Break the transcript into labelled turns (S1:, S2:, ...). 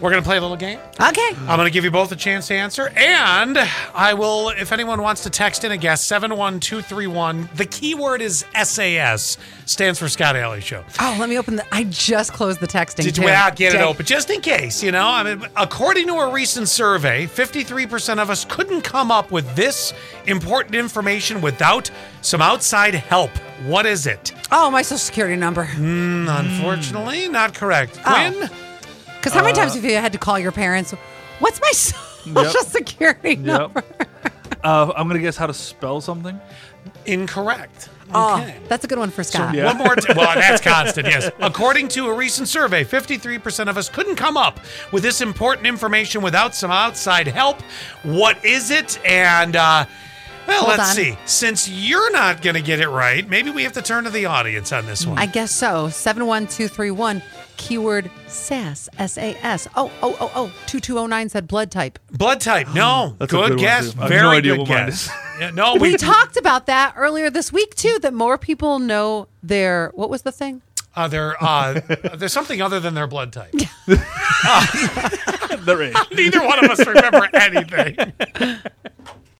S1: We're going to play a little game.
S2: Okay.
S1: I'm going to give you both a chance to answer. And I will, if anyone wants to text in a guess, 71231. The keyword is SAS, stands for Scott Alley Show.
S2: Oh, let me open the. I just closed the texting.
S1: Did
S2: too.
S1: you well, get it
S2: Dang.
S1: open just in case? You know, I mean, according to a recent survey, 53% of us couldn't come up with this important information without some outside help. What is it?
S2: Oh, my social security number.
S1: Mm, Unfortunately, not correct.
S2: Hmm. Oh.
S1: When?
S2: Because how many
S1: uh,
S2: times have you had to call your parents? What's my social
S3: Yep.
S2: security number?
S3: Yep. Uh, I'm gonna guess how to spell something.
S1: Incorrect.
S2: Oh, that's a good one for Scott.
S3: Yeah.
S1: One more. T- well, that's constant, yes. According to a recent survey, 53% of us couldn't come up with this important information without some outside help. What is it? And, uh, well,
S2: Hold
S1: let's
S2: on.
S1: see. Since you're not going to get it right, maybe we have to turn to the audience on this one.
S2: I guess so. 71231, keyword SAS, S A S. Oh, oh, oh, oh. 2209 said blood type.
S1: Blood type. No.
S3: That's a
S1: good,
S3: good one,
S1: guess.
S3: too. I have
S1: Very
S3: no idea
S1: good
S3: what mine
S1: guess.
S3: is.
S1: Yeah, no, we,
S2: We talked about that earlier this week, too, that more people know their. What was the thing?
S1: uh, there, uh, there's something other than their blood type.
S3: There is.
S1: Neither one of us remember anything.